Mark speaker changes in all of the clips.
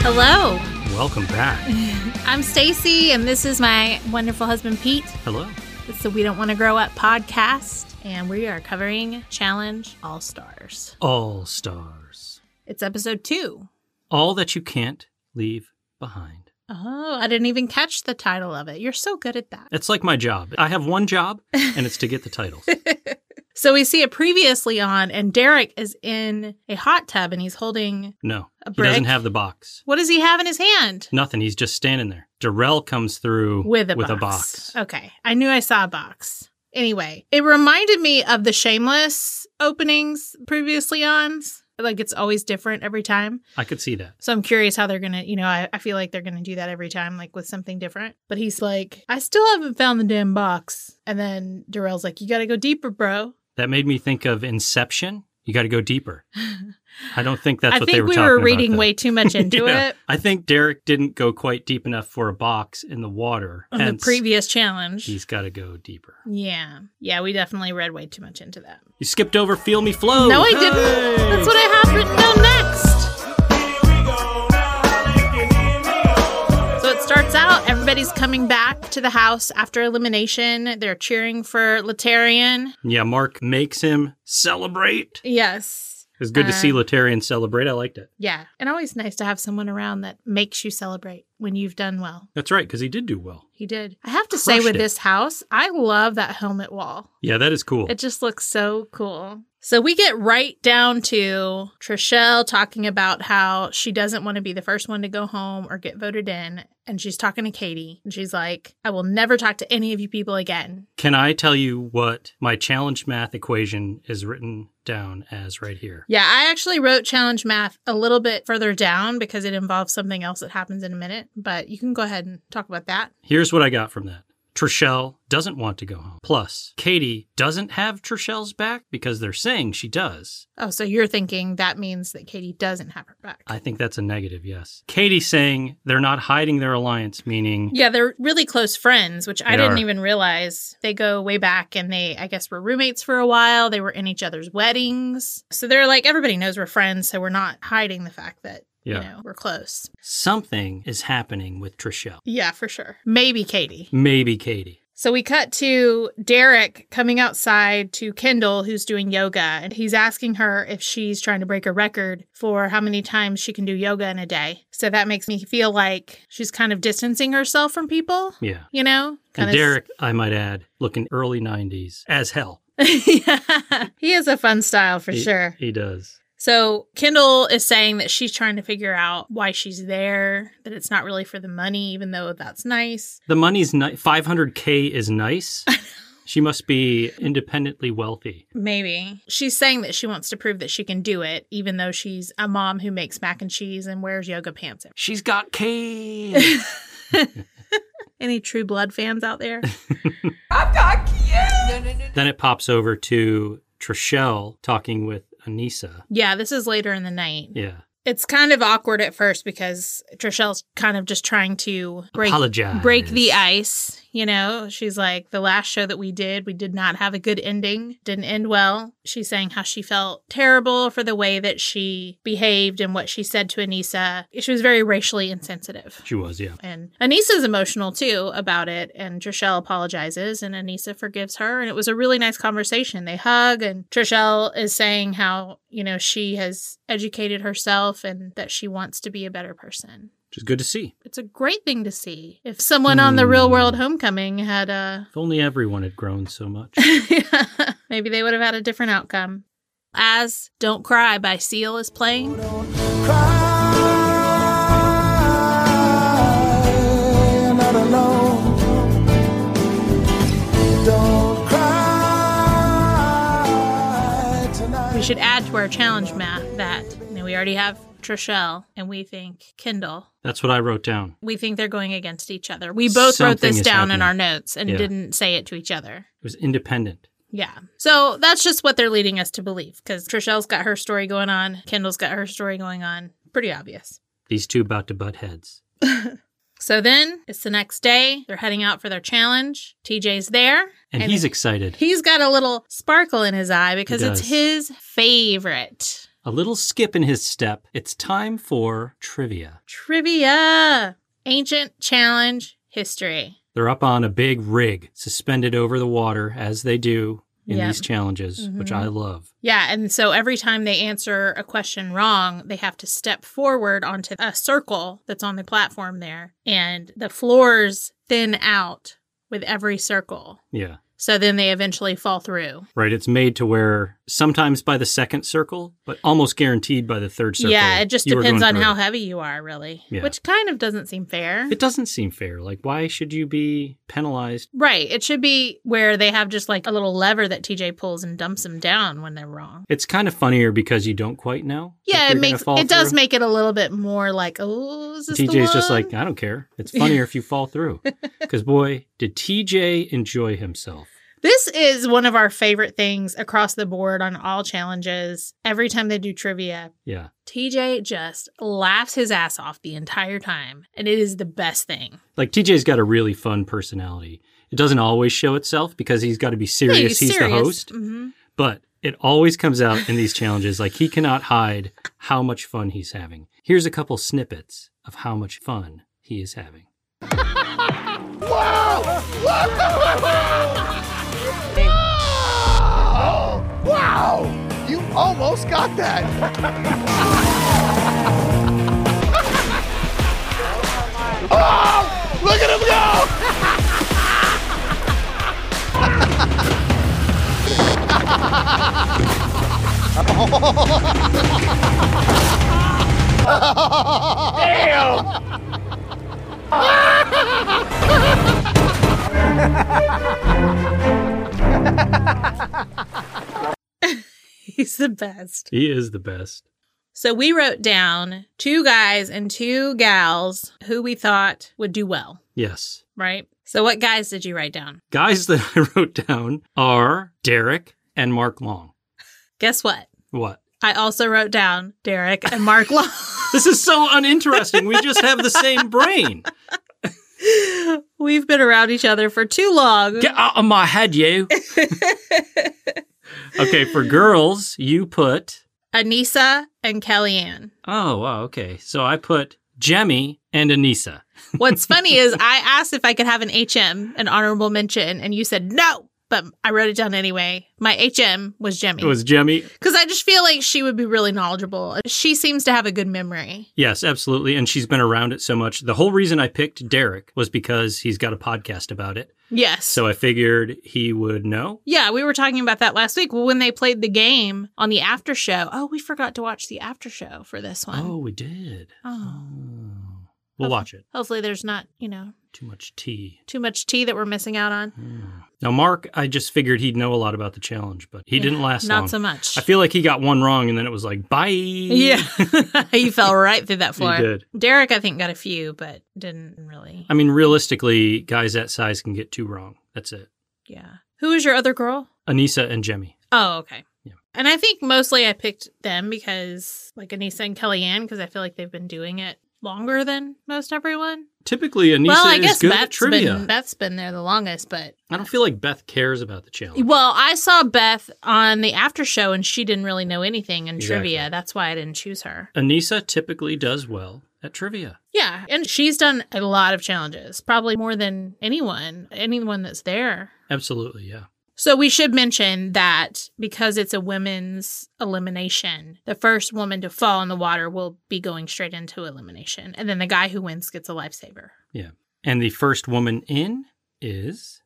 Speaker 1: Hello,
Speaker 2: Welcome back.
Speaker 1: I'm Stacy, and this is my wonderful husband Pete.
Speaker 2: Hello.
Speaker 1: It's the We Don't Want to Grow Up podcast, and we are covering Challenge All Stars.
Speaker 2: All stars.
Speaker 1: It's episode two.
Speaker 2: All that you can't leave behind.
Speaker 1: Oh, I didn't even catch the title of it. You're so good at that.
Speaker 2: It's like my job. I have one job, and it's to get the titles.
Speaker 1: So we see it previously on, and Derek is in a hot tub, and he's holding
Speaker 2: No,
Speaker 1: A
Speaker 2: he doesn't
Speaker 1: brick?
Speaker 2: have the box.
Speaker 1: what does he have in his hand?
Speaker 2: Nothing. He's just standing there. Darrell comes through
Speaker 1: With a
Speaker 2: with
Speaker 1: box. Oh.
Speaker 2: a box.
Speaker 1: Okay. I knew I saw a box. Anyway, it reminded me of the shameless openings previously on. Like it's always different every time.
Speaker 2: I could see that.
Speaker 1: So I'm curious how they're gonna, you know, I, I feel like they're gonna do that every time, like with something different. But he's like, I still haven't found the damn box. And then Darrell's like, You gotta go deeper, bro.
Speaker 2: That made me think of Inception. You got to go deeper. I don't think that's
Speaker 1: I
Speaker 2: what
Speaker 1: think
Speaker 2: they were
Speaker 1: we
Speaker 2: talking
Speaker 1: were
Speaker 2: about,
Speaker 1: reading
Speaker 2: though.
Speaker 1: way too much into
Speaker 2: Yeah.
Speaker 1: it
Speaker 2: I think Derek didn't go quite deep enough for a box in the water.
Speaker 1: on
Speaker 2: hence,
Speaker 1: the previous challenge.
Speaker 2: he's got to go deeper.
Speaker 1: Yeah. Yeah, we definitely read way too much into that.
Speaker 2: You skipped over Feel Me Flow.
Speaker 1: no, I didn't.
Speaker 2: Hey!
Speaker 1: That's what I have written down next. So it starts out, everybody's coming back to the house after elimination. They're cheering for Letarian.
Speaker 2: Yeah, Mark makes him celebrate.
Speaker 1: Yes.
Speaker 2: It's good to see
Speaker 1: Um,
Speaker 2: Letarian celebrate. I liked it.
Speaker 1: Yeah. And always nice to have someone around that makes you celebrate when you've done well.
Speaker 2: That's right, because he did do well.
Speaker 1: He did. I have to say,
Speaker 2: Crushed
Speaker 1: with
Speaker 2: it.
Speaker 1: this house, I love that helmet wall.
Speaker 2: Yeah, that is cool.
Speaker 1: It just looks so cool. So we get right down to Trishelle talking about how she doesn't want to be the first one to go home or get voted in. And she's talking to Katie and she's like, I will never talk to any of you people again.
Speaker 2: Can I tell you what my challenge math equation is written down as right here?
Speaker 1: Yeah, I actually wrote challenge math a little bit further down because it involves something else that happens in a minute, but you can go ahead and talk about that.
Speaker 2: Here's what I got from that. Trishelle doesn't want to go home. Plus, Katie doesn't have Trishelle's back because they're saying she does.
Speaker 1: Oh, so you're thinking that means that Katie doesn't have her back.
Speaker 2: I think that's a negative, yes. Katie saying they're not hiding their alliance, meaning
Speaker 1: Yeah, they're really close friends, which I
Speaker 2: They
Speaker 1: didn't
Speaker 2: are.
Speaker 1: even realize. They go way back and they, I guess, were roommates for a while. They were in each other's weddings. So they're like, everybody knows we're friends. So we're not hiding the fact that, you
Speaker 2: Yeah.
Speaker 1: know, we're close.
Speaker 2: something is happening with Trishelle.
Speaker 1: Yeah, for sure. Maybe Katie.
Speaker 2: Maybe Katie.
Speaker 1: So we cut to Derek coming outside to Kendall, who's doing yoga, and he's asking her if she's trying to break a record for how many times she can do yoga in a day. So that makes me feel like she's kind of distancing herself from people,
Speaker 2: Yeah.
Speaker 1: you know?
Speaker 2: And
Speaker 1: Kinda s-
Speaker 2: Derek, I might add, looking early 90s as hell.
Speaker 1: yeah, he has a fun style for
Speaker 2: He-
Speaker 1: sure.
Speaker 2: He does.
Speaker 1: So Kendall is saying that she's trying to figure out why she's there, that it's not really for the money, even though that's nice.
Speaker 2: The money's ni- 500K is nice. she must be independently wealthy.
Speaker 1: Maybe. She's saying that she wants to prove that she can do it, even though she's a mom who makes mac and cheese and wears yoga pants.
Speaker 2: She's got K.
Speaker 1: Any true blood fans out there?
Speaker 2: then it pops over to Trishelle talking with Anissa.
Speaker 1: yeah, this is later in the night.
Speaker 2: Yeah.
Speaker 1: It's kind of awkward at first because Trishelle's kind of just trying to break
Speaker 2: Apologize.
Speaker 1: break the ice. You know, she's like, the last show that we did, we did not have a good ending, didn't end well. She's saying how she felt terrible for the way that she behaved and what she said to Anissa. She was very racially insensitive.
Speaker 2: She was, yeah.
Speaker 1: And Anissa's emotional too about it. And Trishelle apologizes and Anissa forgives her. And it was a really nice conversation. They hug and Trishelle is saying how, you know, she has educated herself and that she wants to be a better person
Speaker 2: Which is good to see.
Speaker 1: it's a great thing to see. If someone on the Real World
Speaker 2: Hmm.
Speaker 1: Homecoming had uh
Speaker 2: If only everyone had grown so much.
Speaker 1: maybe they would have had a different outcome. As Don't Cry by Seal is playing.
Speaker 3: cry, not alone. Don't cry tonight.
Speaker 1: We should add to our challenge math that you know, we already have Trishelle and we think Kindle.
Speaker 2: That's what I wrote down.
Speaker 1: We think they're going against each other. We both wrote
Speaker 2: Something
Speaker 1: this
Speaker 2: is
Speaker 1: down in
Speaker 2: happening.
Speaker 1: our notes and
Speaker 2: Yeah.
Speaker 1: didn't say it to each other.
Speaker 2: It was independent.
Speaker 1: Yeah. So that's just what they're leading us to believe because Trishelle's got her story going on, Kendall's got her story going on. Pretty obvious.
Speaker 2: These two about to butt heads.
Speaker 1: So then it's the next day. They're heading out for their challenge. TJ's there.
Speaker 2: And, he's excited.
Speaker 1: he's got a little sparkle in his eye because
Speaker 2: He
Speaker 1: it's
Speaker 2: does.
Speaker 1: his favorite.
Speaker 2: a little skip in his step. It's time for trivia.
Speaker 1: Trivia. Ancient challenge history.
Speaker 2: They're up on a big rig suspended over the water as they do in
Speaker 1: Yeah.
Speaker 2: these challenges, which
Speaker 1: Mhm.
Speaker 2: I love.
Speaker 1: Yeah, and so every time they answer a question wrong, they have to step forward onto a circle that's on the platform there, and the floors thin out with every circle.
Speaker 2: Yeah.
Speaker 1: So then they eventually fall through.
Speaker 2: Right. It's made to where sometimes by the second circle, but almost guaranteed by the third circle.
Speaker 1: yeah, it just
Speaker 2: you are
Speaker 1: depends
Speaker 2: going
Speaker 1: on how
Speaker 2: through.
Speaker 1: heavy you are, really,
Speaker 2: Yeah.
Speaker 1: which kind of doesn't seem fair.
Speaker 2: It doesn't seem fair. Like, why should you be penalized?
Speaker 1: Right. It should be where they have just like a little lever that TJ pulls and dumps them down when they're wrong.
Speaker 2: It's kind of funnier because you don't quite know. if
Speaker 1: Yeah,
Speaker 2: you're
Speaker 1: it
Speaker 2: gonna
Speaker 1: makes it
Speaker 2: fall
Speaker 1: does
Speaker 2: through.
Speaker 1: make it a little bit more like, oh, is this the
Speaker 2: TJ's just
Speaker 1: one?
Speaker 2: like, I don't care. It's funnier if you fall through. Because, boy, did TJ enjoy himself.
Speaker 1: This is one of our favorite things across the board on all challenges. Every time they do trivia,
Speaker 2: Yeah.
Speaker 1: TJ just laughs his ass off the entire time, and it is the best thing.
Speaker 2: Like, TJ's got a really fun personality. It doesn't always show itself because he's got to be serious. he's the host.
Speaker 1: hmm
Speaker 2: But it always comes out in these challenges. Like, he cannot hide how much fun he's having. Here's a couple snippets of how much fun he is having.
Speaker 4: Wow! You almost got that! oh! Look at him go!
Speaker 1: He's the best.
Speaker 2: He is the best.
Speaker 1: So we wrote down two guys and two gals who we thought would do well,
Speaker 2: Yes.
Speaker 1: right? So what guys did you write down?
Speaker 2: Guys that I wrote down are Derek and Mark Long.
Speaker 1: Guess what?
Speaker 2: What?
Speaker 1: I also wrote down Derek and Mark Long.
Speaker 2: This is so uninteresting. We just have the same brain.
Speaker 1: We've been around each other for too long.
Speaker 2: Get out of my head, you. okay, for girls, you put.
Speaker 1: Anissa and Kellyanne.
Speaker 2: Oh, wow. Okay. So I put Jemmy and Anissa.
Speaker 1: What's funny is I asked if I could have an HM, an honorable mention, and you said no, but I wrote it down anyway. My HM was Jemmy.
Speaker 2: It was Jemmy.
Speaker 1: Because I just feel like she would be really knowledgeable. She seems to have a good memory.
Speaker 2: Yes, absolutely. And she's been around it so much. The whole reason I picked Derek was because he's got a podcast about it.
Speaker 1: Yes.
Speaker 2: So I figured he would know.
Speaker 1: yeah, we were talking about that last week. Well, when they played the game on the after show, oh, we forgot to watch the after show for this one.
Speaker 2: Oh, we did.
Speaker 1: Oh.
Speaker 2: We'll watch it.
Speaker 1: Hopefully, there's not, you know,
Speaker 2: Too much tea. Hmm.
Speaker 1: too much tea that we're missing out on.
Speaker 2: Now, Mark, I just figured he'd know a lot about the challenge, but he didn't last
Speaker 1: Not
Speaker 2: long.
Speaker 1: so much.
Speaker 2: I feel like he got one wrong and then it was like, bye.
Speaker 1: Yeah. he fell right through that floor.
Speaker 2: did.
Speaker 1: Derek, I think, got a few, but didn't really.
Speaker 2: I mean, realistically, guys that size can get two wrong. That's it.
Speaker 1: Yeah. Who was your other girl?
Speaker 2: Anissa and Jemmy.
Speaker 1: Oh, okay.
Speaker 2: Yeah.
Speaker 1: And I think mostly I picked them because, like Anissa and Kellyanne, because I feel like they've been doing it longer than most everyone.
Speaker 2: Typically, Anissa
Speaker 1: well, I
Speaker 2: is
Speaker 1: guess
Speaker 2: good
Speaker 1: Beth's
Speaker 2: at trivia.
Speaker 1: been Beth's been there the longest, but
Speaker 2: I don't feel like Beth cares about the challenge.
Speaker 1: well, I saw Beth on the after show and she didn't really know anything in
Speaker 2: Exactly.
Speaker 1: trivia. That's why I didn't choose her.
Speaker 2: Anissa typically does well at trivia.
Speaker 1: Yeah, and she's done a lot of challenges, probably more than anyone, anyone that's there.
Speaker 2: Absolutely, yeah.
Speaker 1: So we should mention that because it's a women's elimination, the first woman to fall in the water will be going straight into elimination, and then the guy who wins gets a lifesaver.
Speaker 2: And the first woman in is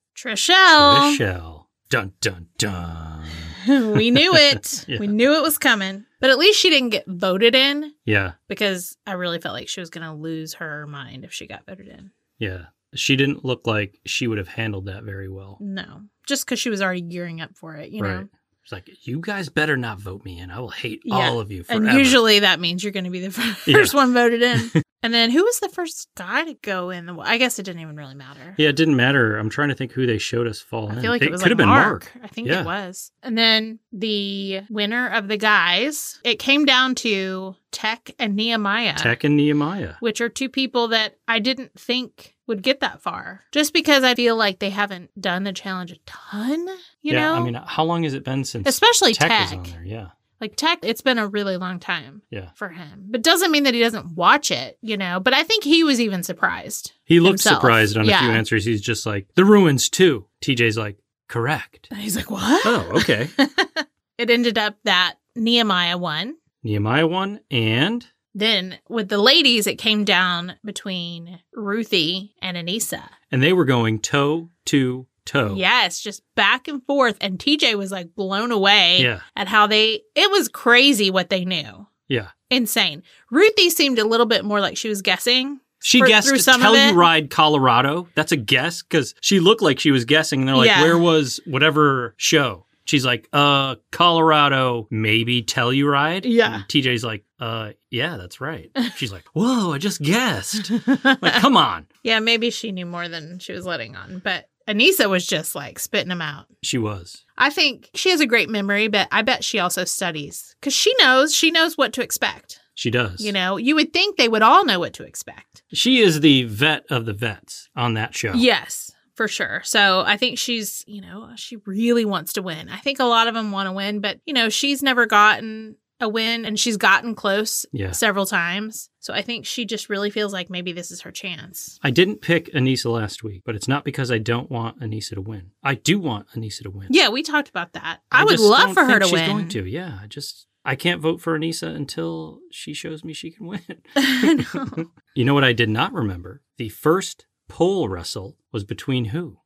Speaker 1: Trishelle,
Speaker 2: Michelle. Dun, dun, dun.
Speaker 1: we knew it.
Speaker 2: Yeah.
Speaker 1: We knew it was coming, but at least she didn't get voted in
Speaker 2: Yeah,
Speaker 1: because I really felt like she was going to lose her mind if she got voted in.
Speaker 2: yeah. She didn't look like she would have handled that very well.
Speaker 1: No, just because she was already gearing up for it, you know.
Speaker 2: It's like, you guys better not vote me in. I will hate
Speaker 1: Yeah.
Speaker 2: all of you forever.
Speaker 1: And usually that means you're going to be the fir-
Speaker 2: Yeah.
Speaker 1: first one voted in. and then who was the first guy to go in? The, wa- I guess it didn't even really matter.
Speaker 2: yeah, it didn't matter. I'm trying to think who they showed us fall in.
Speaker 1: I feel like it, was
Speaker 2: could
Speaker 1: like
Speaker 2: have been
Speaker 1: Mark.
Speaker 2: Mark.
Speaker 1: I think
Speaker 2: Yeah.
Speaker 1: it was. And then the winner of the guys, it came down to Tech and Nehemiah,
Speaker 2: Tech and Nehemiah.
Speaker 1: which are two people that I didn't think would get that far. Just because I feel like they haven't done the challenge a ton, you
Speaker 2: yeah,
Speaker 1: know?
Speaker 2: I mean, how long has it been since
Speaker 1: Especially
Speaker 2: Tech,
Speaker 1: Tech.
Speaker 2: was on there? Yeah.
Speaker 1: Like tech, it's been a really long time
Speaker 2: Yeah.
Speaker 1: for him. But doesn't mean that he doesn't watch it, you know. But I think he was even surprised.
Speaker 2: He looks
Speaker 1: Himself.
Speaker 2: surprised on a few
Speaker 1: Yeah.
Speaker 2: answers. He's just like, the ruins too. TJ's like, correct.
Speaker 1: And he's like, What?
Speaker 2: oh, okay.
Speaker 1: It ended up that Nehemiah won.
Speaker 2: Nehemiah one and
Speaker 1: Then with the ladies, it came down between Ruthie and Anissa.
Speaker 2: and they were going toe to toe.
Speaker 1: Yes, just back and forth. And TJ was like blown away
Speaker 2: Yeah.
Speaker 1: at how they, it was crazy what they knew.
Speaker 2: Yeah.
Speaker 1: Insane. Ruthie seemed a little bit more like she was guessing.
Speaker 2: She
Speaker 1: For-
Speaker 2: guessed
Speaker 1: through some of it.
Speaker 2: Telluride, Colorado. That's a guess because she looked like she was guessing. And they're like,
Speaker 1: Yeah.
Speaker 2: where was whatever show? She's like, uh, Colorado, maybe Telluride.
Speaker 1: Yeah.
Speaker 2: And TJ's like, uh, yeah, that's right. She's like, whoa, I just guessed. like, come on.
Speaker 1: Yeah, maybe she knew more than she was letting on. But Anissa was just like spitting them out.
Speaker 2: She was.
Speaker 1: I think she has a great memory, but I bet she also studies because she knows, she knows what to expect.
Speaker 2: She does.
Speaker 1: You know, you would think they would all know what to expect.
Speaker 2: She is the vet of the vets on that show.
Speaker 1: Yes, for sure. So I think she's, you know, she really wants to win. I think a lot of them want to win, but, you know, she's never gotten a win and she's gotten close
Speaker 2: Yeah.
Speaker 1: several times. So I think she just really feels like maybe this is her chance.
Speaker 2: I didn't pick Anissa last week, but it's not because I don't want Anissa to win. I do want Anissa to win.
Speaker 1: Yeah, we talked about that. I, would
Speaker 2: just
Speaker 1: love
Speaker 2: don't
Speaker 1: for her
Speaker 2: think
Speaker 1: to
Speaker 2: she's
Speaker 1: win.
Speaker 2: Going to, yeah. I just I can't vote for Anissa until she shows me she can win.
Speaker 1: I know.
Speaker 2: You know what I did not remember? The first pole wrestle was between who?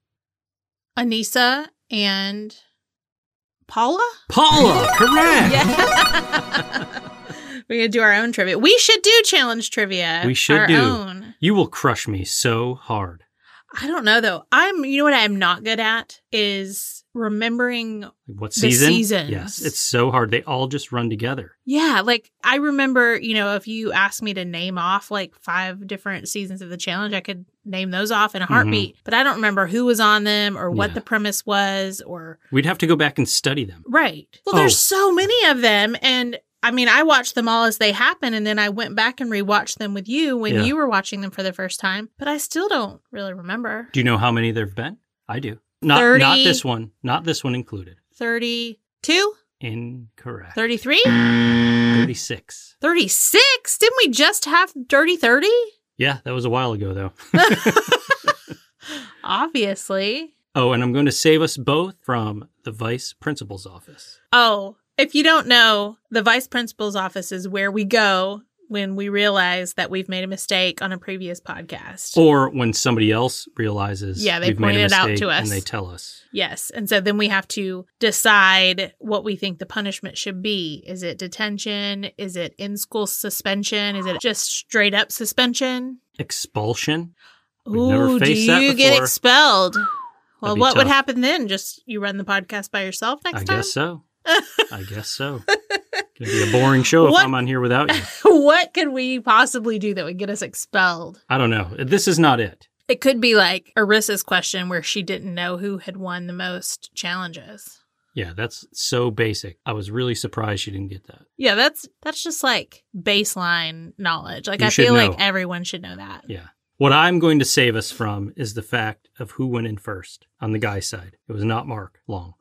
Speaker 1: Anissa and Paula?
Speaker 2: Paula, correct.
Speaker 1: Yeah. we could do our own trivia. We should do challenge trivia.
Speaker 2: We should
Speaker 1: our
Speaker 2: do.
Speaker 1: own.
Speaker 2: You will crush me so hard.
Speaker 1: I don't know though. I'm you know what I'm not good at is remembering
Speaker 2: What
Speaker 1: The
Speaker 2: season?
Speaker 1: seasons.
Speaker 2: Yes, it's so hard. They all just run together.
Speaker 1: yeah, like I remember, you know, if you asked me to name off like five different seasons of the challenge, I could name those off in a heartbeat. But I don't remember who was on them or what
Speaker 2: Mm-hmm. Yeah.
Speaker 1: the premise was or
Speaker 2: We'd have to go back and study them.
Speaker 1: right. Well,
Speaker 2: Oh.
Speaker 1: there's so many of them and I mean, I watched them all as they happen and then I went back and rewatched them with you when
Speaker 2: Yeah.
Speaker 1: you were watching them for the first time, but I still don't really remember.
Speaker 2: Do you know how many there've been? I do. Not not
Speaker 1: 30.
Speaker 2: this one. Not this one included.
Speaker 1: 32,
Speaker 2: Incorrect.
Speaker 1: 33?
Speaker 2: Mm. 36.
Speaker 1: 36? Didn't we just have Dirty 30?
Speaker 2: Yeah, that was a while ago though.
Speaker 1: Obviously.
Speaker 2: Oh, and I'm going to save us both from the vice principal's office.
Speaker 1: Oh, if you don't know, the vice principal's office is where we go when we realize that we've made a mistake on a previous podcast.
Speaker 2: Or when somebody else realizes
Speaker 1: Yeah, they
Speaker 2: we've made a
Speaker 1: pointed it out
Speaker 2: mistake
Speaker 1: to us.
Speaker 2: and they tell us.
Speaker 1: Yes. And so then we have to decide what we think the punishment should be. Is it detention? Is it in school suspension? Is it just straight up suspension?
Speaker 2: Expulsion? We've never
Speaker 1: Ooh, do
Speaker 2: faced that
Speaker 1: you get
Speaker 2: before.
Speaker 1: expelled? Well,
Speaker 2: be
Speaker 1: what would
Speaker 2: tough.
Speaker 1: happen then? Just you run the podcast by yourself next
Speaker 2: I
Speaker 1: time?
Speaker 2: guess so. I guess so. It'd be a boring show if
Speaker 1: What-
Speaker 2: I'm on here without you.
Speaker 1: what could we possibly do that would get us expelled?
Speaker 2: I don't know. This is not it.
Speaker 1: It could be like Arissa's question where she didn't know who had won the most challenges.
Speaker 2: Yeah, that's so basic. I was really surprised she didn't get that.
Speaker 1: Yeah, that's that's just like baseline knowledge. Like
Speaker 2: You
Speaker 1: I
Speaker 2: should
Speaker 1: feel
Speaker 2: know.
Speaker 1: like everyone should know that.
Speaker 2: Yeah. What I'm going to save us from is the fact of who went in first on the guy's side. It was not Mark Long.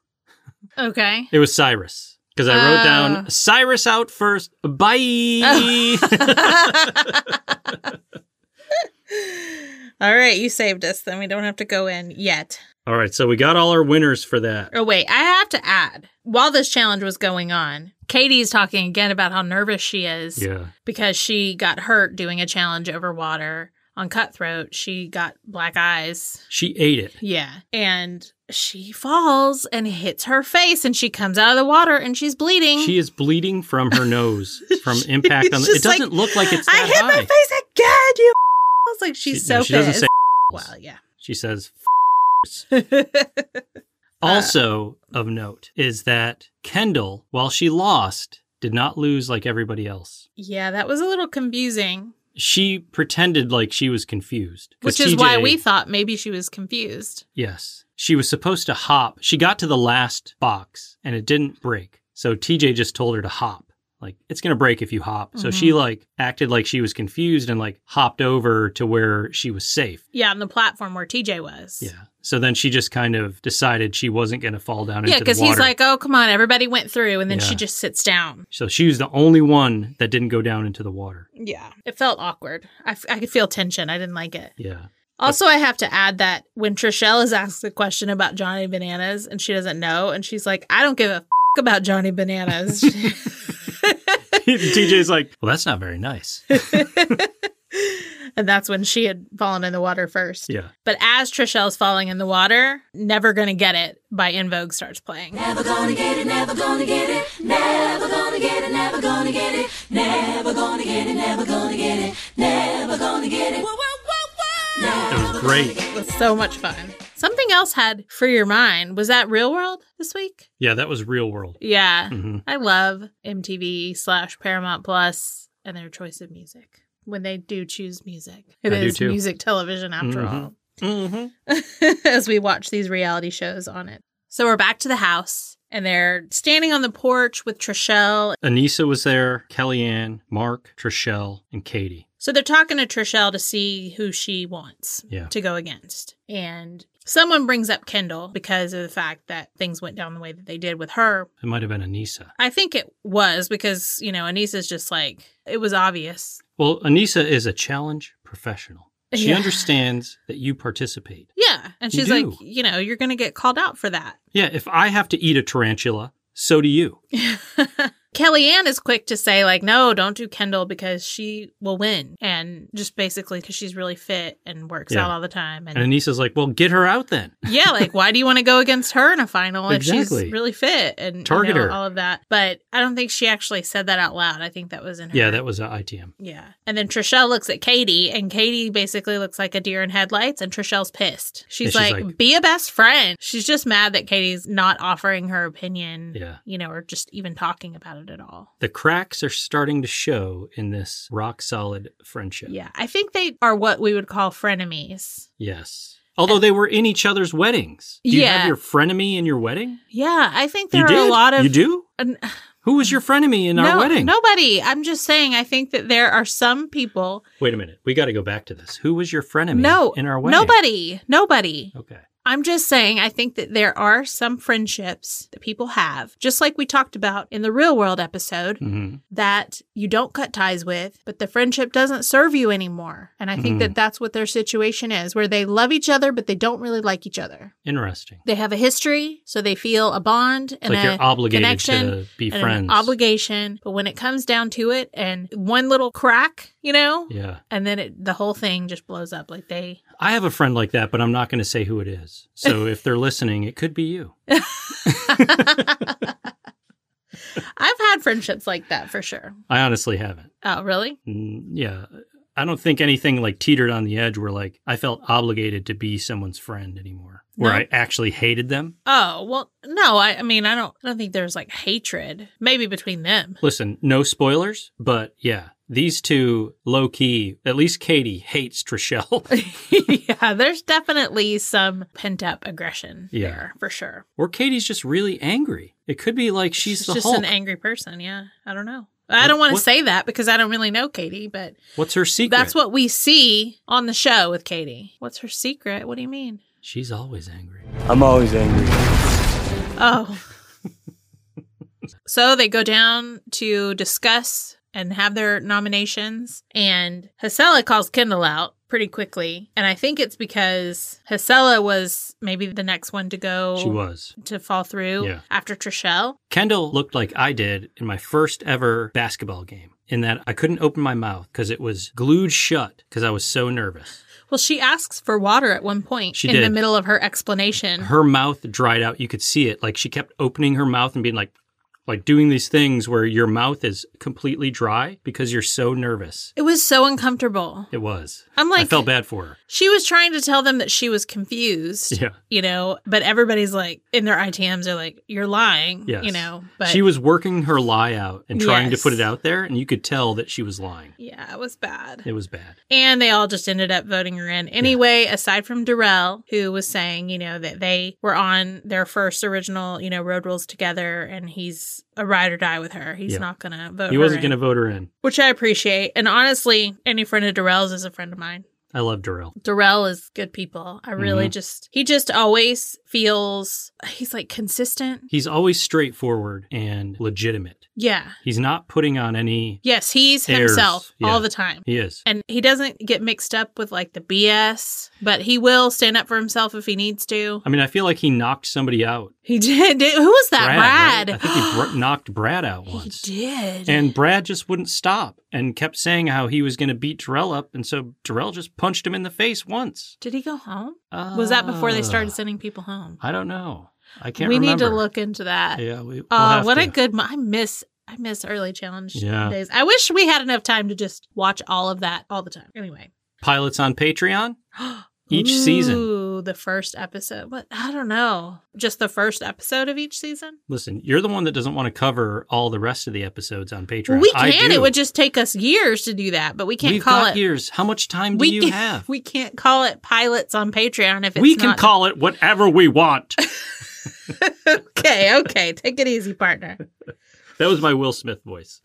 Speaker 1: Okay.
Speaker 2: It was Cyrus. Because I wrote down
Speaker 1: Ah.
Speaker 2: Cyrus out first. Bye.
Speaker 1: All right, you saved us. Then we don't have to go in yet.
Speaker 2: all right. So we got all our winners for that.
Speaker 1: Oh, wait, I have to add while this challenge was going on, Katie's talking again about how nervous she is
Speaker 2: Yeah.
Speaker 1: because she got hurt doing a challenge over water on Cutthroat. She got black eyes.
Speaker 2: She ate it.
Speaker 1: Yeah. And she falls and hits her face, and she comes out of the water and she's bleeding.
Speaker 2: She is bleeding from her nose from impact on the. It
Speaker 1: She's just
Speaker 2: doesn't
Speaker 1: like,
Speaker 2: look like it's
Speaker 1: I
Speaker 2: that
Speaker 1: hit
Speaker 2: high.
Speaker 1: my face again, you. I was like, she's
Speaker 2: She-
Speaker 1: so
Speaker 2: no, she doesn't
Speaker 1: pissed.
Speaker 2: say
Speaker 1: well, yeah.
Speaker 2: She says.
Speaker 1: Ah.
Speaker 2: Also of note is that Kendall, while she lost, did not lose like everybody else.
Speaker 1: yeah, that was a little confusing,
Speaker 2: She pretended like she was confused, 'cause
Speaker 1: which is why
Speaker 2: TJ
Speaker 1: we thought maybe she was confused.
Speaker 2: Yes. She was supposed to hop. She got to the last box and it didn't break. So TJ just told her to hop. Like, it's going to break if you hop. So she
Speaker 1: Mm-hmm.
Speaker 2: like acted like she was confused and like hopped over to where she was safe.
Speaker 1: Yeah, on the platform where TJ was.
Speaker 2: Yeah. So then she just kind of decided she wasn't going to fall down
Speaker 1: Yeah,
Speaker 2: into the
Speaker 1: because
Speaker 2: water.
Speaker 1: he's like, oh, come on, everybody went through. And then she
Speaker 2: Yeah.
Speaker 1: just sits down.
Speaker 2: so she was the only one that didn't go down into the water.
Speaker 1: Yeah. It felt awkward. I, f- I could feel tension. I didn't like it.
Speaker 2: Yeah.
Speaker 1: Also, I have to add that when Trishelle is asked the question about Johnny Bananas and she doesn't know, and she's like, I don't give a f- about Johnny Bananas.
Speaker 2: TJ's like, well, that's not very nice.
Speaker 1: and that's when she had fallen in the water first.
Speaker 2: Yeah.
Speaker 1: But as Trishelle's falling in the water, Never Gonna Get It by In Vogue starts playing.
Speaker 5: Never gonna get it, never gonna get it, never gonna get it, never gonna get it, never gonna get it, never gonna get it, never gonna get it. Whoa, whoa, whoa, whoa.
Speaker 2: It was great.
Speaker 1: It was so much fun. Something else had Free Your Mind. Was that Real World this week?
Speaker 2: Yeah, that was real world.
Speaker 1: Yeah.
Speaker 2: hmm
Speaker 1: I love MTV slash Paramount Plus and their choice of music when they do choose music. it
Speaker 2: I
Speaker 1: is
Speaker 2: do too.
Speaker 1: music television after
Speaker 2: Mhm.
Speaker 1: all. as we watch these reality shows on it. So we're back to the house and they're standing on the porch with Trishelle.
Speaker 2: Anissa was there, Kellyanne, Mark, Trishelle, and Katie.
Speaker 1: So they're talking to Trishelle to see who she wants
Speaker 2: Yeah.
Speaker 1: to go against. And someone brings up Kendall because of the fact that things went down the way that they did with her.
Speaker 2: It might have been Anissa.
Speaker 1: I think it was because, you know, Anissa's just like, it was obvious.
Speaker 2: Well, Anissa is a challenge professional. She
Speaker 1: Yeah.
Speaker 2: understands that you participate.
Speaker 1: Yeah. And
Speaker 2: You
Speaker 1: she's like,
Speaker 2: do.
Speaker 1: you know, you're going to get called out for that.
Speaker 2: Yeah, if I have to eat a tarantula, so do you.
Speaker 1: Kellyanne is quick to say, like, no, don't do Kendall because she will win. And just basically because she's really fit and works
Speaker 2: Yeah.
Speaker 1: out all the time. And,
Speaker 2: And Anissa's like, well, get her out then.
Speaker 1: yeah, like, why do you want to go against her in a final if
Speaker 2: Exactly.
Speaker 1: she's really fit and you
Speaker 2: Target
Speaker 1: know,
Speaker 2: her.
Speaker 1: all of that? But I don't think she actually said that out loud. I think that was in her.
Speaker 2: Yeah, that was a ITM.
Speaker 1: Yeah. And then Trishelle looks at Katie, and Katie basically looks like a deer in headlights, and Trishelle's pissed. She's,
Speaker 2: Yeah, she's
Speaker 1: like,
Speaker 2: like-
Speaker 1: be a best friend. She's just mad that Katie's not offering her opinion,
Speaker 2: Yeah.
Speaker 1: you know, or just even talking about it at all.
Speaker 2: The cracks are starting to show in this rock solid friendship.
Speaker 1: Yeah, I think they are what we would call frenemies.
Speaker 2: Yes. Although they were in each other's weddings. Do you
Speaker 1: Yeah.
Speaker 2: have your frenemy in your wedding?
Speaker 1: Yeah, I think there
Speaker 2: you
Speaker 1: are
Speaker 2: did?
Speaker 1: a lot of
Speaker 2: You do?
Speaker 1: An-
Speaker 2: Who was your frenemy in our
Speaker 1: no,
Speaker 2: wedding?
Speaker 1: Nobody. I'm just saying. I think that there are some people.
Speaker 2: Wait a minute. We got to go back to this. Who was your frenemy
Speaker 1: no,
Speaker 2: in our wedding?
Speaker 1: nobody. Nobody.
Speaker 2: Okay.
Speaker 1: I'm just saying. I think that there are some friendships that people have, just like we talked about in the real world episode,
Speaker 2: hmm
Speaker 1: that you don't cut ties with, but the friendship doesn't serve you anymore. And I think
Speaker 2: Mhm.
Speaker 1: that that's what their situation is, where they love each other, but they don't really like each other.
Speaker 2: Interesting.
Speaker 1: They have a history, so they feel a bond and a
Speaker 2: like you're obligated
Speaker 1: connection
Speaker 2: to be
Speaker 1: and
Speaker 2: friends.
Speaker 1: an obligation. But when it comes down to it, and one little crack, you know,
Speaker 2: yeah.
Speaker 1: and then it, the whole thing just blows up. Like they,
Speaker 2: I have a friend like that, but I'm not going to say who it is. So if they're listening, it could be you.
Speaker 1: I've had friendships like that for sure.
Speaker 2: I honestly haven't.
Speaker 1: Oh, really?
Speaker 2: Mm, Yeah. I don't think anything like teetered on the edge where like I felt obligated to be someone's friend anymore, where
Speaker 1: No.
Speaker 2: I actually hated them.
Speaker 1: Oh, well, no. I, I mean, I don't. I don't think there's like hatred. Maybe between them.
Speaker 2: Listen, no spoilers, but yeah, these two low key, at least Katie hates Trishelle
Speaker 1: yeah, there's definitely some pent up aggression
Speaker 2: Yeah.
Speaker 1: there for sure.
Speaker 2: or Katie's just really angry. It could be like she's,
Speaker 1: She's
Speaker 2: the
Speaker 1: just
Speaker 2: Hulk.
Speaker 1: an angry person. Yeah, I don't know. I don't want to
Speaker 2: what-
Speaker 1: say that because I don't really know Katie, but
Speaker 2: What's her secret?
Speaker 1: That's what we see on the show with Katie. What's her secret? What do you mean?
Speaker 2: she's always angry.
Speaker 6: I'm always angry.
Speaker 1: Oh. so they go down to discuss and have their nominations, and Hasela calls Kendall out pretty quickly. And I think it's because Hasela was maybe the next one to go
Speaker 2: She was.
Speaker 1: to fall through
Speaker 2: Yeah.
Speaker 1: after Trishelle.
Speaker 2: Kendall looked like I did in my first ever basketball game in that I couldn't open my mouth because it was glued shut because I was so nervous.
Speaker 1: Well, she asks for water at one point
Speaker 2: She
Speaker 1: in the
Speaker 2: did.
Speaker 1: middle of her explanation.
Speaker 2: Her mouth dried out. You could see it. Like she kept opening her mouth and being like, like doing these things where your mouth is completely dry because you're so nervous.
Speaker 1: it was so uncomfortable.
Speaker 2: It was.
Speaker 1: I'm
Speaker 2: I
Speaker 1: like-
Speaker 2: felt bad for her.
Speaker 1: She was trying to tell them that she was confused.
Speaker 2: Yeah.
Speaker 1: you know, but everybody's like in their ITMs are like, you're lying,
Speaker 2: Yes.
Speaker 1: you know, but
Speaker 2: she was working her lie out and trying
Speaker 1: Yes.
Speaker 2: to put it out there, and you could tell that she was lying.
Speaker 1: yeah, it was bad.
Speaker 2: It was bad.
Speaker 1: And they all just ended up voting her in anyway, aside from Darrell, who was saying, you know, that they were on their first original, you know, road rules together and he's a ride or die with her. He's
Speaker 2: Yeah.
Speaker 1: not going to vote
Speaker 2: He
Speaker 1: her in,
Speaker 2: wasn't going to vote her in.
Speaker 1: which I appreciate. And honestly, any friend of Darrell's is a friend of mine.
Speaker 2: I love Darrell.
Speaker 1: Darrell is good people. I
Speaker 2: Mm-hmm.
Speaker 1: really just he just always feels he's like consistent.
Speaker 2: He's always straightforward and legitimate.
Speaker 1: Yeah.
Speaker 2: He's not putting on any.
Speaker 1: Yes, he's
Speaker 2: Airs,
Speaker 1: himself all
Speaker 2: yeah.
Speaker 1: the time.
Speaker 2: He is.
Speaker 1: And he doesn't get mixed up with like the BS, but he will stand up for himself if he needs to.
Speaker 2: I mean, I feel like he knocked somebody out.
Speaker 1: He did. did- Who was that?
Speaker 2: Brad.
Speaker 1: Brad.
Speaker 2: right? I think he br- knocked Brad out once.
Speaker 1: he did.
Speaker 2: And Brad just wouldn't stop and kept saying how he was going to beat Darrell up. And so Darrell just punched him in the face once.
Speaker 1: did he go home? Was that before they started sending people home?
Speaker 2: Uh, Ah. I don't know. I can't
Speaker 1: we
Speaker 2: remember.
Speaker 1: need to look into that.
Speaker 2: Yeah. We, we'll
Speaker 1: Oh,
Speaker 2: have
Speaker 1: what a
Speaker 2: to.
Speaker 1: good! mo- I miss I miss early challenge
Speaker 2: Yeah.
Speaker 1: days. I wish we had enough time to just watch all of that all the time. Anyway,
Speaker 2: Pilots on Patreon each season.
Speaker 1: Ooh, the first episode. What I don't know, just the first episode of each season.
Speaker 2: Listen, you're the one that doesn't want to cover all the rest of the episodes on Patreon.
Speaker 1: Well, we
Speaker 2: I
Speaker 1: can.
Speaker 2: do.
Speaker 1: It would just take us years to do that, but we can't
Speaker 2: We've
Speaker 1: call
Speaker 2: got
Speaker 1: it.
Speaker 2: years. How much time do
Speaker 1: we
Speaker 2: you
Speaker 1: can't,
Speaker 2: have?
Speaker 1: We can't call it pilots on Patreon if it's
Speaker 2: we can
Speaker 1: not-
Speaker 2: call it whatever we want.
Speaker 1: okay, okay, take it easy, partner.
Speaker 2: that was my Will Smith voice.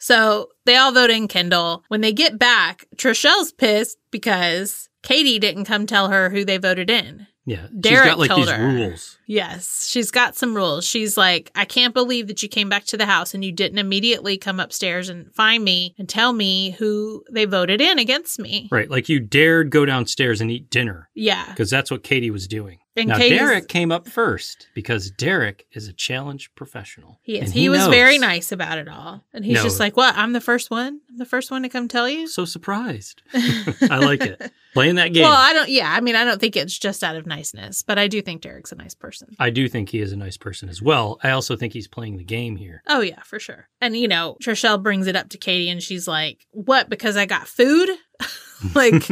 Speaker 1: So they all vote in Kendall. When they get back, Trishelle's pissed because Katie didn't come tell her who they voted in.
Speaker 2: Yeah,
Speaker 1: Derek
Speaker 2: she's got like
Speaker 1: told
Speaker 2: these
Speaker 1: her.
Speaker 2: rules.
Speaker 1: Yes, she's got some rules. She's like, I can't believe that you came back to the house and you didn't immediately come upstairs and find me and tell me who they voted in against me.
Speaker 2: Right, like you dared go downstairs and eat dinner
Speaker 1: Yeah.
Speaker 2: because that's what Katie was doing.
Speaker 1: And
Speaker 2: now
Speaker 1: Katie's-
Speaker 2: Derek came up first because Derek is a challenge professional.
Speaker 1: He is.
Speaker 2: And
Speaker 1: He, was very
Speaker 2: knows.
Speaker 1: nice about it all. And he's
Speaker 2: No.
Speaker 1: just like, What? I'm the first one? I'm the first one to come tell you?
Speaker 2: So surprised. I like it. Playing that game.
Speaker 1: Well, I don't, yeah. I mean, I don't think it's just out of niceness, but I do think Derek's a nice person.
Speaker 2: I do think he is a nice person as well. I also think he's playing the game here.
Speaker 1: Oh yeah, for sure. And you know, Trishelle brings it up to Katie and she's like, "What? Because I got food? like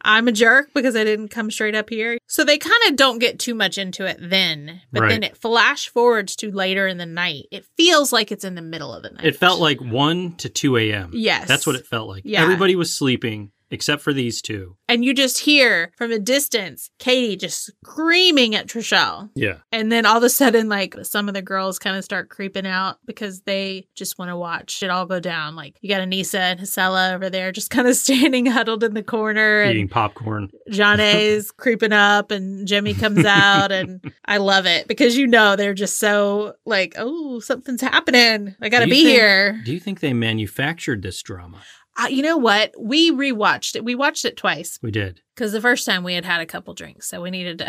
Speaker 1: I'm a jerk because I didn't come straight up here." So they kind of don't get too much into it then, but
Speaker 2: Right.
Speaker 1: then it flash forwards to later in the night. It feels like it's in the middle of the night.
Speaker 2: It felt like 1 to 2 a.m.
Speaker 1: Yes.
Speaker 2: That's what it felt like.
Speaker 1: Yeah.
Speaker 2: Everybody was sleeping except for these two.
Speaker 1: and you just hear from a distance Katie just screaming at Trishelle.
Speaker 2: Yeah.
Speaker 1: And then all of a sudden, like some of the girls kind of start creeping out because they just want to watch it all go down. Like you got Anissa and Hasela over there just kind of standing huddled in the corner,
Speaker 2: Eating
Speaker 1: and
Speaker 2: popcorn.
Speaker 1: Jane's creeping up, and Jimmy comes out. And I love it because you know they're just so like, oh, something's happening. I got to
Speaker 2: Do you
Speaker 1: be
Speaker 2: think-
Speaker 1: here.
Speaker 2: Do you think they manufactured this drama?
Speaker 1: Uh, you know what? We rewatched it. We watched it twice
Speaker 2: We did.
Speaker 1: because the first time we had had a couple drinks. So we needed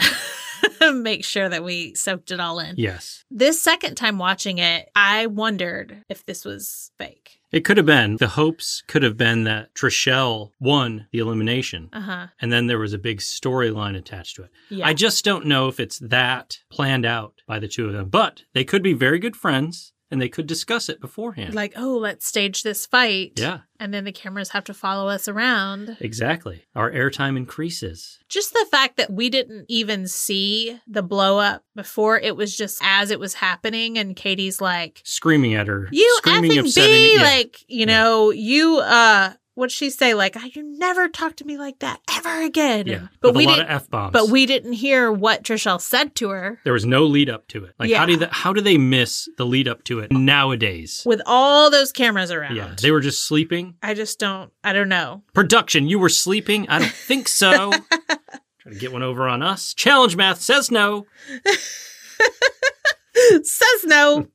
Speaker 1: to make sure that we soaked it all in.
Speaker 2: Yes.
Speaker 1: This second time watching it, I wondered if this was fake.
Speaker 2: It could have been. The hopes could have been that Trishelle won the elimination.
Speaker 1: Uh huh.
Speaker 2: And then there was a big storyline attached to it.
Speaker 1: Yeah.
Speaker 2: I just don't know if it's that planned out by the two of them, but they could be very good friends and they could discuss it beforehand.
Speaker 1: like, oh, let's stage this fight.
Speaker 2: Yeah.
Speaker 1: And then the cameras have to follow us around.
Speaker 2: exactly. Our airtime increases.
Speaker 1: Just the fact that we didn't even see the blow up before, it was just as it was happening. And Katie's like,
Speaker 2: Screaming at her.
Speaker 1: you
Speaker 2: screaming
Speaker 1: effing
Speaker 2: upset
Speaker 1: B,
Speaker 2: and- yeah.
Speaker 1: like, you know, you, uh, what'd she say? Like, "Ah, you never talk to me like that ever again.
Speaker 2: yeah.
Speaker 1: But
Speaker 2: With
Speaker 1: we
Speaker 2: a lot
Speaker 1: didn't.
Speaker 2: of F bombs.
Speaker 1: But we didn't hear what Trishelle said to her.
Speaker 2: there was no lead up to it. Like how
Speaker 1: Yeah.
Speaker 2: do that how do they miss the lead up to it nowadays?
Speaker 1: with all those cameras around.
Speaker 2: Yeah. They were just sleeping.
Speaker 1: I just don't. I don't know.
Speaker 2: Production, you were sleeping? I don't think so. Try to get one over on us. Challenge math says no.
Speaker 1: Says no.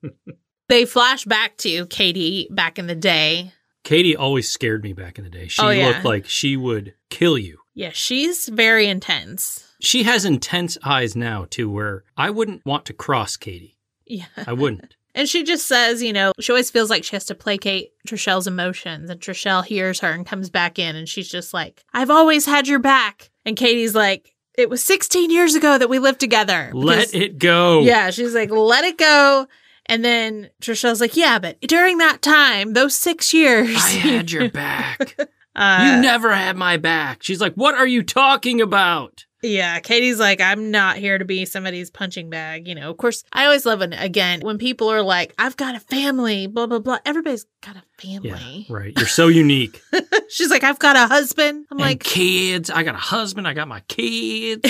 Speaker 1: they flash back to Katie back in the day.
Speaker 2: Katie always scared me back in the day. She
Speaker 1: Oh, yeah.
Speaker 2: looked like she would kill you.
Speaker 1: Yeah, she's very intense.
Speaker 2: She has intense eyes now, too, where I wouldn't want to cross Katie.
Speaker 1: Yeah.
Speaker 2: I wouldn't.
Speaker 1: And she just says, you know, she always feels like she has to placate Trishelle's emotions. And Trishelle hears her and comes back in and she's just like, I've always had your back. And Katie's like, it was 16 years ago that we lived together.
Speaker 2: Let it go.
Speaker 1: Yeah, she's like, let it go. And then Trishelle's like, yeah, but during that time, those six years.
Speaker 2: I had your back.
Speaker 1: Uh,
Speaker 2: you never had my back. She's like, What are you talking about?
Speaker 1: yeah, Katie's like, I'm not here to be somebody's punching bag. You know, of course, I always love when, again, when people are like, I've got a family, blah, blah, blah. Everybody's got a family.
Speaker 2: Yeah, right. You're so unique.
Speaker 1: She's like, I've got a husband. I'm
Speaker 2: and
Speaker 1: like,
Speaker 2: kids. I got a husband. I got my kids.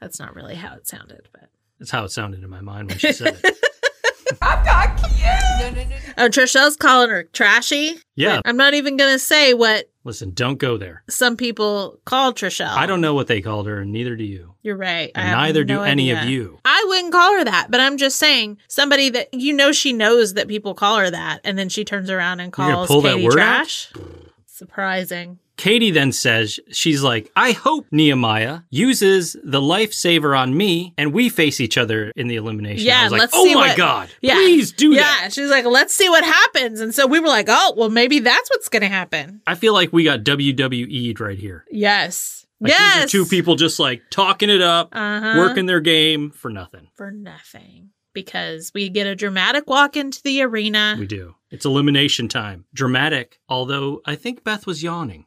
Speaker 1: that's not really how it sounded, but.
Speaker 2: That's how it sounded in my mind when she said it.
Speaker 1: Oh, Trishelle's calling her trashy.
Speaker 2: Yeah.
Speaker 1: I'm not even going to say what
Speaker 2: Listen, don't go there.
Speaker 1: Some people call Trishelle.
Speaker 2: I don't know what they called her, and neither do you.
Speaker 1: You're right. I
Speaker 2: And
Speaker 1: have
Speaker 2: neither do
Speaker 1: no
Speaker 2: any of
Speaker 1: idea.
Speaker 2: you.
Speaker 1: I wouldn't call her that, but I'm just saying somebody that you know she knows that people call her that, and then she turns around and
Speaker 2: You're gonna
Speaker 1: calls
Speaker 2: pull that
Speaker 1: Katie
Speaker 2: word out?
Speaker 1: trash. Surprising.
Speaker 2: Katie then says, she's like, I hope Nehemiah uses the lifesaver on me and we face each other in the elimination. I
Speaker 1: Yeah,
Speaker 2: was like,
Speaker 1: let's
Speaker 2: oh
Speaker 1: see
Speaker 2: my
Speaker 1: what-
Speaker 2: God,
Speaker 1: Yeah.
Speaker 2: please do
Speaker 1: yeah,
Speaker 2: that.
Speaker 1: she's like, let's see what happens. And so we were like, oh, well, maybe that's what's going to happen.
Speaker 2: I feel like we got WWE'd right here.
Speaker 1: Yes.
Speaker 2: Like, these are
Speaker 1: yes.
Speaker 2: two people just like talking it up,
Speaker 1: Uh-huh.
Speaker 2: working their game for nothing.
Speaker 1: for nothing because we get a dramatic walk into the arena.
Speaker 2: We do. It's elimination time. Dramatic, although I think Beth was yawning.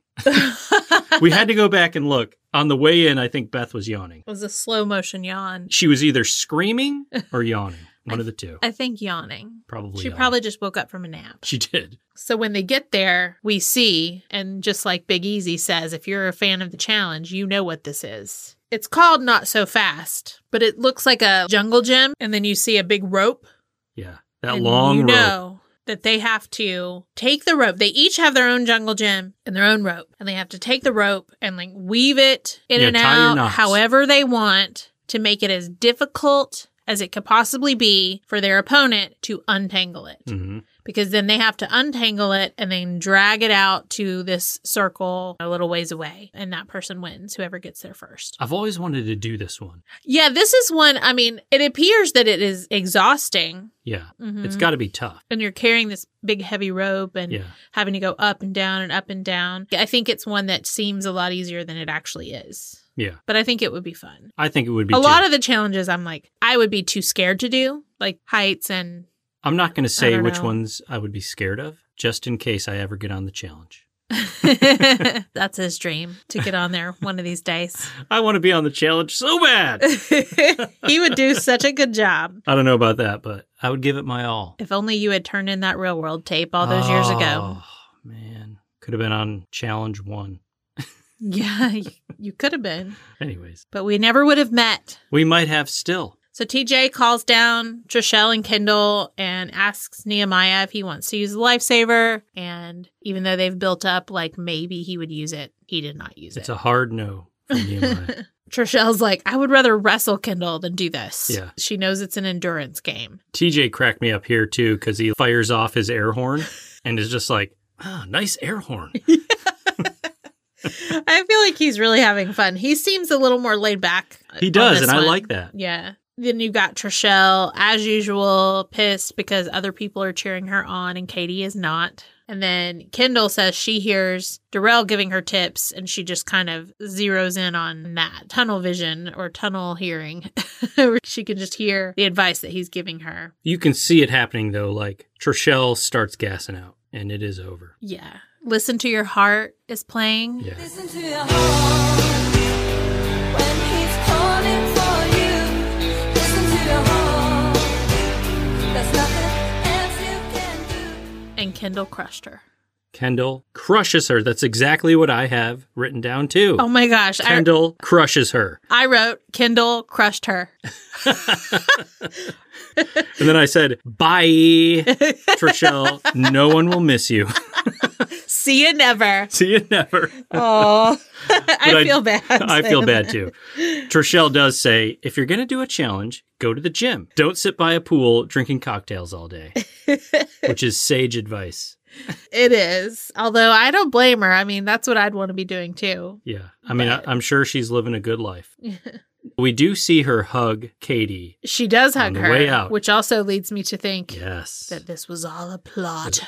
Speaker 2: we had to go back and look. On the way in, I think Beth was yawning.
Speaker 1: It was a slow motion yawn.
Speaker 2: She was either screaming or yawning. One of the two.
Speaker 1: I think yawning.
Speaker 2: Probably.
Speaker 1: She
Speaker 2: yawning.
Speaker 1: probably just woke up from a nap.
Speaker 2: She did.
Speaker 1: So when they get there, we see, and just like Big Easy says, if you're a fan of the challenge, you know what this is. It's called Not So Fast, but it looks like a jungle gym, and then you see a big rope.
Speaker 2: Yeah. That
Speaker 1: and
Speaker 2: long
Speaker 1: you
Speaker 2: rope.
Speaker 1: know that they have to take the rope. They each have their own jungle gym and their own rope, and they have to take the rope and like weave it in
Speaker 2: Yeah,
Speaker 1: and
Speaker 2: tie your
Speaker 1: out
Speaker 2: knots.
Speaker 1: however they want to make it as difficult as it could possibly be for their opponent to untangle it.
Speaker 2: hmm
Speaker 1: Because then they have to untangle it and then drag it out to this circle a little ways away, and that person wins, whoever gets there first.
Speaker 2: I've always wanted to do this one.
Speaker 1: Yeah, this is one. I mean, it appears that it is exhausting.
Speaker 2: Yeah.
Speaker 1: Mhm
Speaker 2: It's got to be tough.
Speaker 1: and you're carrying this big heavy rope and
Speaker 2: Yeah.
Speaker 1: having to go up and down and up and down. I think it's one that seems a lot easier than it actually is.
Speaker 2: Yeah.
Speaker 1: But I think it would be fun.
Speaker 2: I think it would be
Speaker 1: a
Speaker 2: too.
Speaker 1: lot of the challenges I'm like, I would be too scared to do, like heights and
Speaker 2: I'm not going to say
Speaker 1: don't
Speaker 2: which
Speaker 1: know.
Speaker 2: ones I would be scared of just in case I ever get on the challenge.
Speaker 1: that's his dream to get on there one of these days.
Speaker 2: I want to be on the challenge so bad.
Speaker 1: he would do such a good job.
Speaker 2: I don't know about that, but I would give it my all.
Speaker 1: If only you had turned in that real world tape all those years ago.
Speaker 2: Oh, man. Could have been on challenge one.
Speaker 1: Yeah, you, you could have been,
Speaker 2: Anyways,
Speaker 1: but we never would have met.
Speaker 2: we might have still.
Speaker 1: So TJ calls down Trishelle and Kendall and asks Nehemiah if he wants to use the lifesaver. And even though they've built up, like maybe he would use it, he did not use
Speaker 2: It's
Speaker 1: it.
Speaker 2: a hard no from Nehemiah.
Speaker 1: Trishelle's like, I would rather wrestle Kendall than do this.
Speaker 2: Yeah.
Speaker 1: She knows it's an endurance game.
Speaker 2: TJ cracked me up here too because he fires off his air horn and is just like, ah, nice air horn.
Speaker 1: I feel like he's really having fun. He seems a little more laid back.
Speaker 2: He
Speaker 1: on
Speaker 2: does,
Speaker 1: this
Speaker 2: and I
Speaker 1: one.
Speaker 2: like that.
Speaker 1: Yeah. Then you got Trishelle, as usual, pissed because other people are cheering her on and Katie is not. And then Kendall says she hears Darrell giving her tips and she just kind of zeroes in on that tunnel vision or tunnel hearing. she can just hear the advice that he's giving her.
Speaker 2: You can see it happening though. Like Trishelle starts gassing out, and it is over.
Speaker 1: Yeah. Listen to Your Heart is playing.
Speaker 2: Yeah,
Speaker 5: Listen to your heart when he's calling for you. Listen to your heart. There's nothing else you can do.
Speaker 1: And Kendall crushed her.
Speaker 2: Kendall crushes her. That's exactly what I have written down too.
Speaker 1: Oh my gosh. I,
Speaker 2: Kendall crushes her,
Speaker 1: I wrote Kendall crushed her.
Speaker 2: and then I said, "Bye, Trishelle. No one will miss you.
Speaker 1: See you never.
Speaker 2: see you never."
Speaker 1: Oh,
Speaker 2: But
Speaker 1: I feel bad.
Speaker 2: I feel
Speaker 1: saying
Speaker 2: bad too. Trishelle does say, if you're going to do a challenge, go to the gym. Don't sit by a pool drinking cocktails all day, which is sage advice.
Speaker 1: It is. Although I don't blame her. I mean, that's what I'd want to be doing too.
Speaker 2: Yeah. I mean, I, I'm sure she's living a good life. we do see her hug Katie.
Speaker 1: She does
Speaker 2: On
Speaker 1: hug
Speaker 2: the
Speaker 1: her,
Speaker 2: way out.
Speaker 1: which also leads me to think
Speaker 2: Yes.
Speaker 1: that this was all a plot.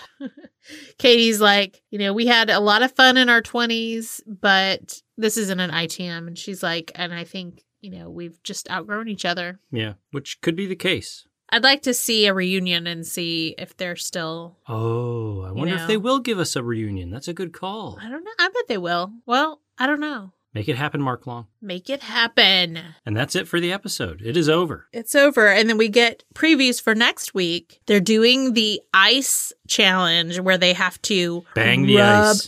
Speaker 1: Katie's like, you know, we had a lot of fun in our 20s, but this isn't an ITM. And she's like, and I think, you know, we've just outgrown each other.
Speaker 2: yeah. Which could be the case.
Speaker 1: I'd like to see a reunion and see if they're still.
Speaker 2: Oh, I wonder
Speaker 1: know.
Speaker 2: if they will give us a reunion. That's a good call.
Speaker 1: I don't know. I bet they will. Well, I don't know.
Speaker 2: Make it happen, Mark Long.
Speaker 1: Make it happen.
Speaker 2: And that's it for the episode. It is over.
Speaker 1: It's over. And then we get previews for next week. They're doing the ice challenge where they have to
Speaker 2: Bang the
Speaker 1: rub-
Speaker 2: ice.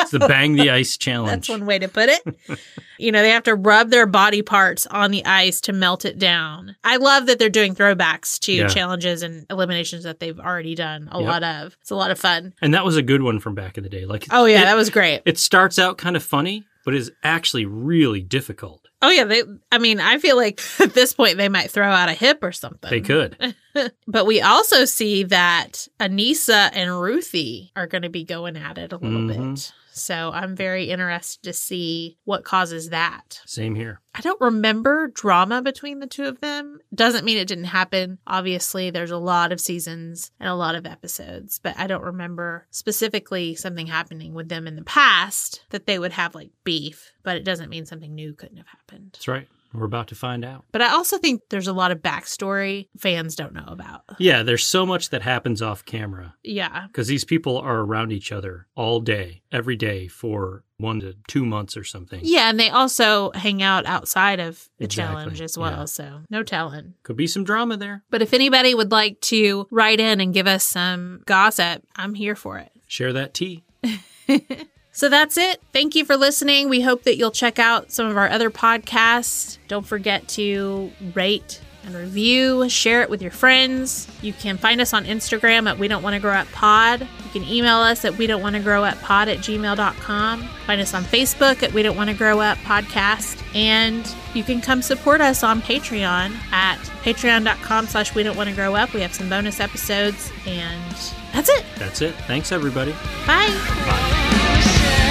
Speaker 2: It's the bang the ice challenge.
Speaker 1: That's one way to put it. you know, they have to rub their body parts on the ice to melt it down. I love that they're doing throwbacks to
Speaker 2: Yeah.
Speaker 1: challenges and eliminations that they've already done a
Speaker 2: Yep.
Speaker 1: lot of. It's a lot of fun.
Speaker 2: and that was a good one from back in the day. Like
Speaker 1: Oh, yeah,
Speaker 2: it,
Speaker 1: that was great.
Speaker 2: it starts out kind of funny, but is actually really difficult.
Speaker 1: Oh, yeah. They, I mean, I feel like at this point they might throw out a hip or something.
Speaker 2: They could.
Speaker 1: But we also see that Anissa and Ruthie are going to be going at it a little
Speaker 2: Mhm.
Speaker 1: bit. So I'm very interested to see what causes that.
Speaker 2: Same here.
Speaker 1: I don't remember drama between the two of them. Doesn't mean it didn't happen. Obviously, there's a lot of seasons and a lot of episodes, but I don't remember specifically something happening with them in the past that they would have like beef, but it doesn't mean something new couldn't have happened.
Speaker 2: That's right. We're about to find out.
Speaker 1: But I also think there's a lot of backstory fans don't know about.
Speaker 2: Yeah, there's so much that happens off camera
Speaker 1: Yeah.
Speaker 2: because these people are around each other all day, every day for one to two months or something.
Speaker 1: Yeah, and they also hang out outside of the
Speaker 2: Exactly,
Speaker 1: challenge as well.
Speaker 2: yeah.
Speaker 1: So no telling.
Speaker 2: Could be some drama there.
Speaker 1: But if anybody would like to write in and give us some gossip, I'm here for it.
Speaker 2: Share that tea.
Speaker 1: So that's it. Thank you for listening. We hope that you'll check out some of our other podcasts. Don't forget to rate and review, share it with your friends. You can find us on Instagram at We Don't Want to Grow Up Pod. You can email us at We Don't Want to Grow Up Pod at gmail.com. Find us on Facebook at We Don't Want to Grow Up Podcast. And you can come support us on Patreon at patreon.com slash We Don't Want to Grow Up. We have some bonus episodes. And that's it.
Speaker 2: That's it. Thanks, everybody.
Speaker 1: Bye.
Speaker 5: Share